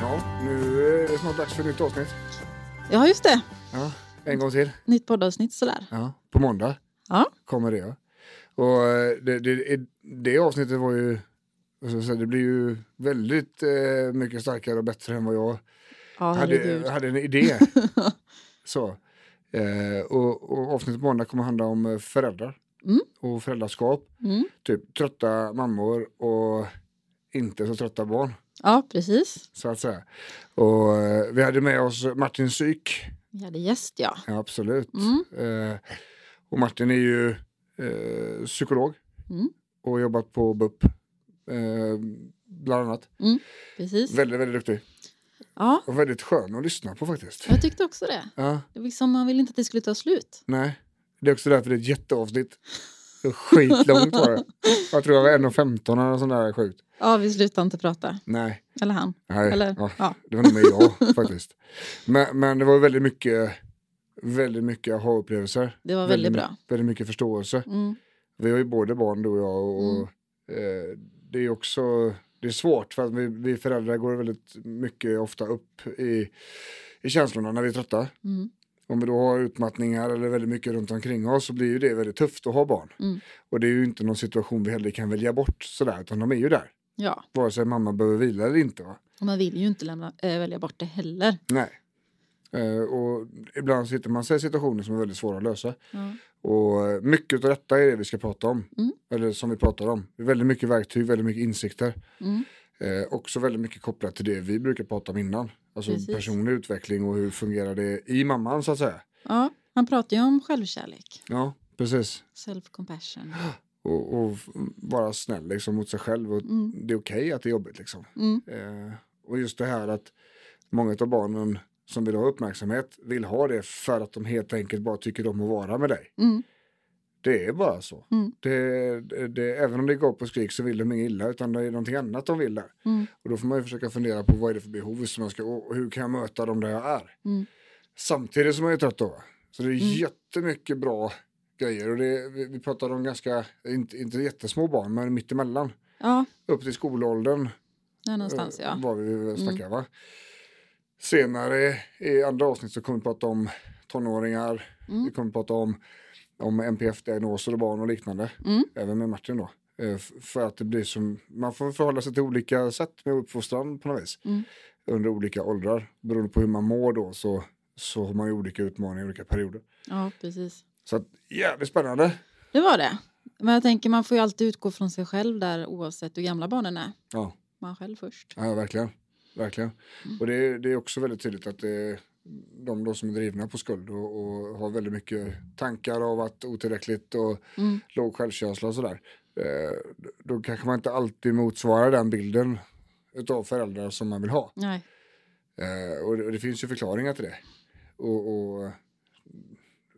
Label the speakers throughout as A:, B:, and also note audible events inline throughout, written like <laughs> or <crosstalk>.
A: Ja, nu är det snart dags för nytt avsnitt.
B: Ja, just det.
A: Ja, en gång till.
B: Nytt poddavsnitt sådär.
A: Ja, på måndag
B: Ja.
A: kommer det. Ja. Och eh, det, det, det avsnittet var ju... vad ska jag säga, Det blir ju väldigt eh, mycket starkare och bättre än vad jag
B: Ja, herregud.
A: hade, hade en <laughs> idé. så. Eh, och, och avsnittet på måndag kommer handla om eh, föräldrar
B: Mm.
A: och föräldraskap.
B: Mm.
A: Typ trötta mammor och inte så trötta barn.
B: <laughs> Ja, precis.
A: Så att säga. Och, eh, vi hade med oss Martin Syk.
B: Vi hade gäst, ja.
A: Ja, absolut.
B: Mm.
A: Eh, och Martin är ju eh, psykolog
B: Mm.
A: och har jobbat på BUP. Eh, bland annat.
B: Precis.
A: Väldigt, väldigt duktig.
B: Ja,
A: Och väldigt skön att lyssna på faktiskt.
B: jag tyckte också det.
A: Ja,
B: Det var liksom, man ville inte att det skulle ta slut.
A: nej. Det är också därför det är ett jätteavsnitt. Det är Skitlångt var det. Jag tror jag var 1,15 eller något sånt där sjukt.
B: Ja, vi slutade inte prata.
A: Nej.
B: Eller han.
A: nej.
B: Eller,
A: Ja,
B: ja.
A: det var nog med jag faktiskt. Men, men det var väldigt mycket, väldigt mycket aha-upplevelser.
B: Det var väldigt bra.
A: my- Väldigt mycket förståelse.
B: Mm.
A: Vi har ju både barn du och jag och eh, det är också det är svårt för att vi, vi föräldrar går väldigt mycket ofta upp i, i känslorna när vi är trötta.
B: Mm.
A: Om vi då har utmattningar eller väldigt mycket runt omkring oss så blir ju det väldigt tufft att ha barn.
B: Mm.
A: Och det är ju inte någon situation vi heller kan välja bort sådär utan de är ju där.
B: Ja,
A: Vare sig mamma behöver vila eller inte. Va?
B: och man vill ju inte lämna, äh, välja bort det heller.
A: Nej. Eh, och ibland sitter man sig i situationer som är väldigt svåra att lösa.
B: Ja.
A: Och eh, mycket av detta är det vi ska prata om.
B: Mm.
A: Eller som vi pratar om. Väldigt mycket verktyg, väldigt mycket insikter.
B: Mm.
A: Eh, också väldigt mycket kopplat till det vi brukar prata om innan. Alltså
B: Precis.
A: personlig utveckling och hur fungerar det i mamman så att säga.
B: ja, han pratar ju om självkärlek.
A: Ja, precis.
B: Self-compassion.
A: Och, och f- vara snäll liksom, mot sig själv. Och
B: Mm.
A: Det är okej att det är jobbigt. Liksom.
B: Mm.
A: Eh, och just det här att många av barnen som vill ha uppmärksamhet vill ha det för att de helt enkelt bara tycker om att vara med dig.
B: Mm.
A: Det är bara så.
B: Mm.
A: Det, det, det, även om det går på skrik så vill de inget illa utan det är någonting annat de vill där.
B: Mm.
A: Och då får man ju försöka fundera på vad är det för behov som jag ska, och hur kan jag möta dem där jag är?
B: Mm.
A: Samtidigt som jag är trött då. va? Så det är
B: Mm.
A: jättemycket bra grejer och det, vi, vi pratar om ganska, inte, inte jättesmå barn men mittemellan.
B: Ja,
A: Upp till skolåldern
B: där någonstans,
A: eh,
B: ja. Mm.
A: var vi snackade va. Senare i andra avsnitt så kommer vi prata om tonåringar,
B: Mm.
A: vi kommer prata om, om NPF-diagnoser och barn och liknande,
B: Mm.
A: även med Martin då. Eh, f- För att det blir som, man får förhålla sig till olika sätt med uppfostran på något vis.
B: Mm.
A: Under olika åldrar, beroende på hur man mår då så, så har man ju olika utmaningar i olika perioder.
B: Ja, precis.
A: Så att, jävligt spännande.
B: Det var det. Men jag tänker man får ju alltid utgå från sig själv där oavsett hur gamla barnen är.
A: Ja.
B: Man själv först.
A: Ja, verkligen. verkligen.
B: Mm.
A: Och det, är- det är också väldigt tydligt att det är de då som är drivna på skuld och, och har väldigt mycket tankar av att otillräckligt och
B: Mm.
A: låg självkänsla och sådär. Eh, då kanske man inte alltid motsvarar den bilden utav föräldrar som man vill ha.
B: Nej.
A: Eh, och, det, och det finns ju förklaringar till det. Och, och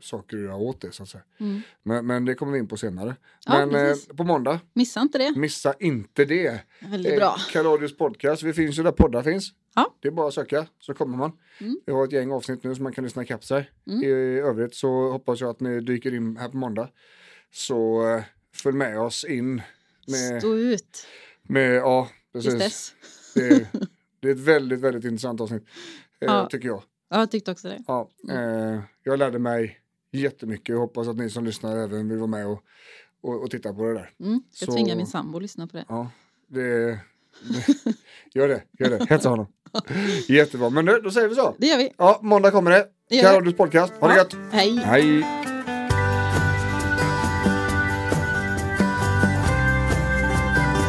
A: saker att göra åt det så att säga.
B: Mm.
A: Men, men det kommer vi in på senare.
B: Ja,
A: men eh,
B: precis.
A: på måndag,
B: Missa inte det.
A: missa inte det.
B: Väldigt bra.
A: Eh, Kaladius podcast, vi finns ju där poddar finns.
B: Ja.
A: Det är bara att söka så kommer man.
B: Mm.
A: Vi har ett gäng avsnitt nu som man kan lyssna ikapp sig.
B: Mm.
A: I övrigt så hoppas jag att ni dyker in här på måndag. Så eh, följ med oss in. Med,
B: Stå ut
A: med, ja,
B: tills
A: precis.
B: dess.
A: Det är, det är ett väldigt, väldigt intressant avsnitt. Eh,
B: Ja.
A: Tycker jag.
B: Ja, jag tyckte också det.
A: Ja, eh, jag lärde mig jättemycket. Jag hoppas att ni som lyssnar även vill vara med och, och, och titta på det där.
B: Mm. Ska
A: Så-
B: tvinga min sambo att lyssna på det.
A: Ja, det, det, <laughs> gör det, gör det. Hetsa honom. Jättebra, men nu, då säger vi så.
B: Det gör vi.
A: Ja, måndag kommer det.
B: Det gör vi.
A: Karolus podcast. Ha det
B: Ja.
A: gött.
B: Hej.
A: Hej.
C: Ever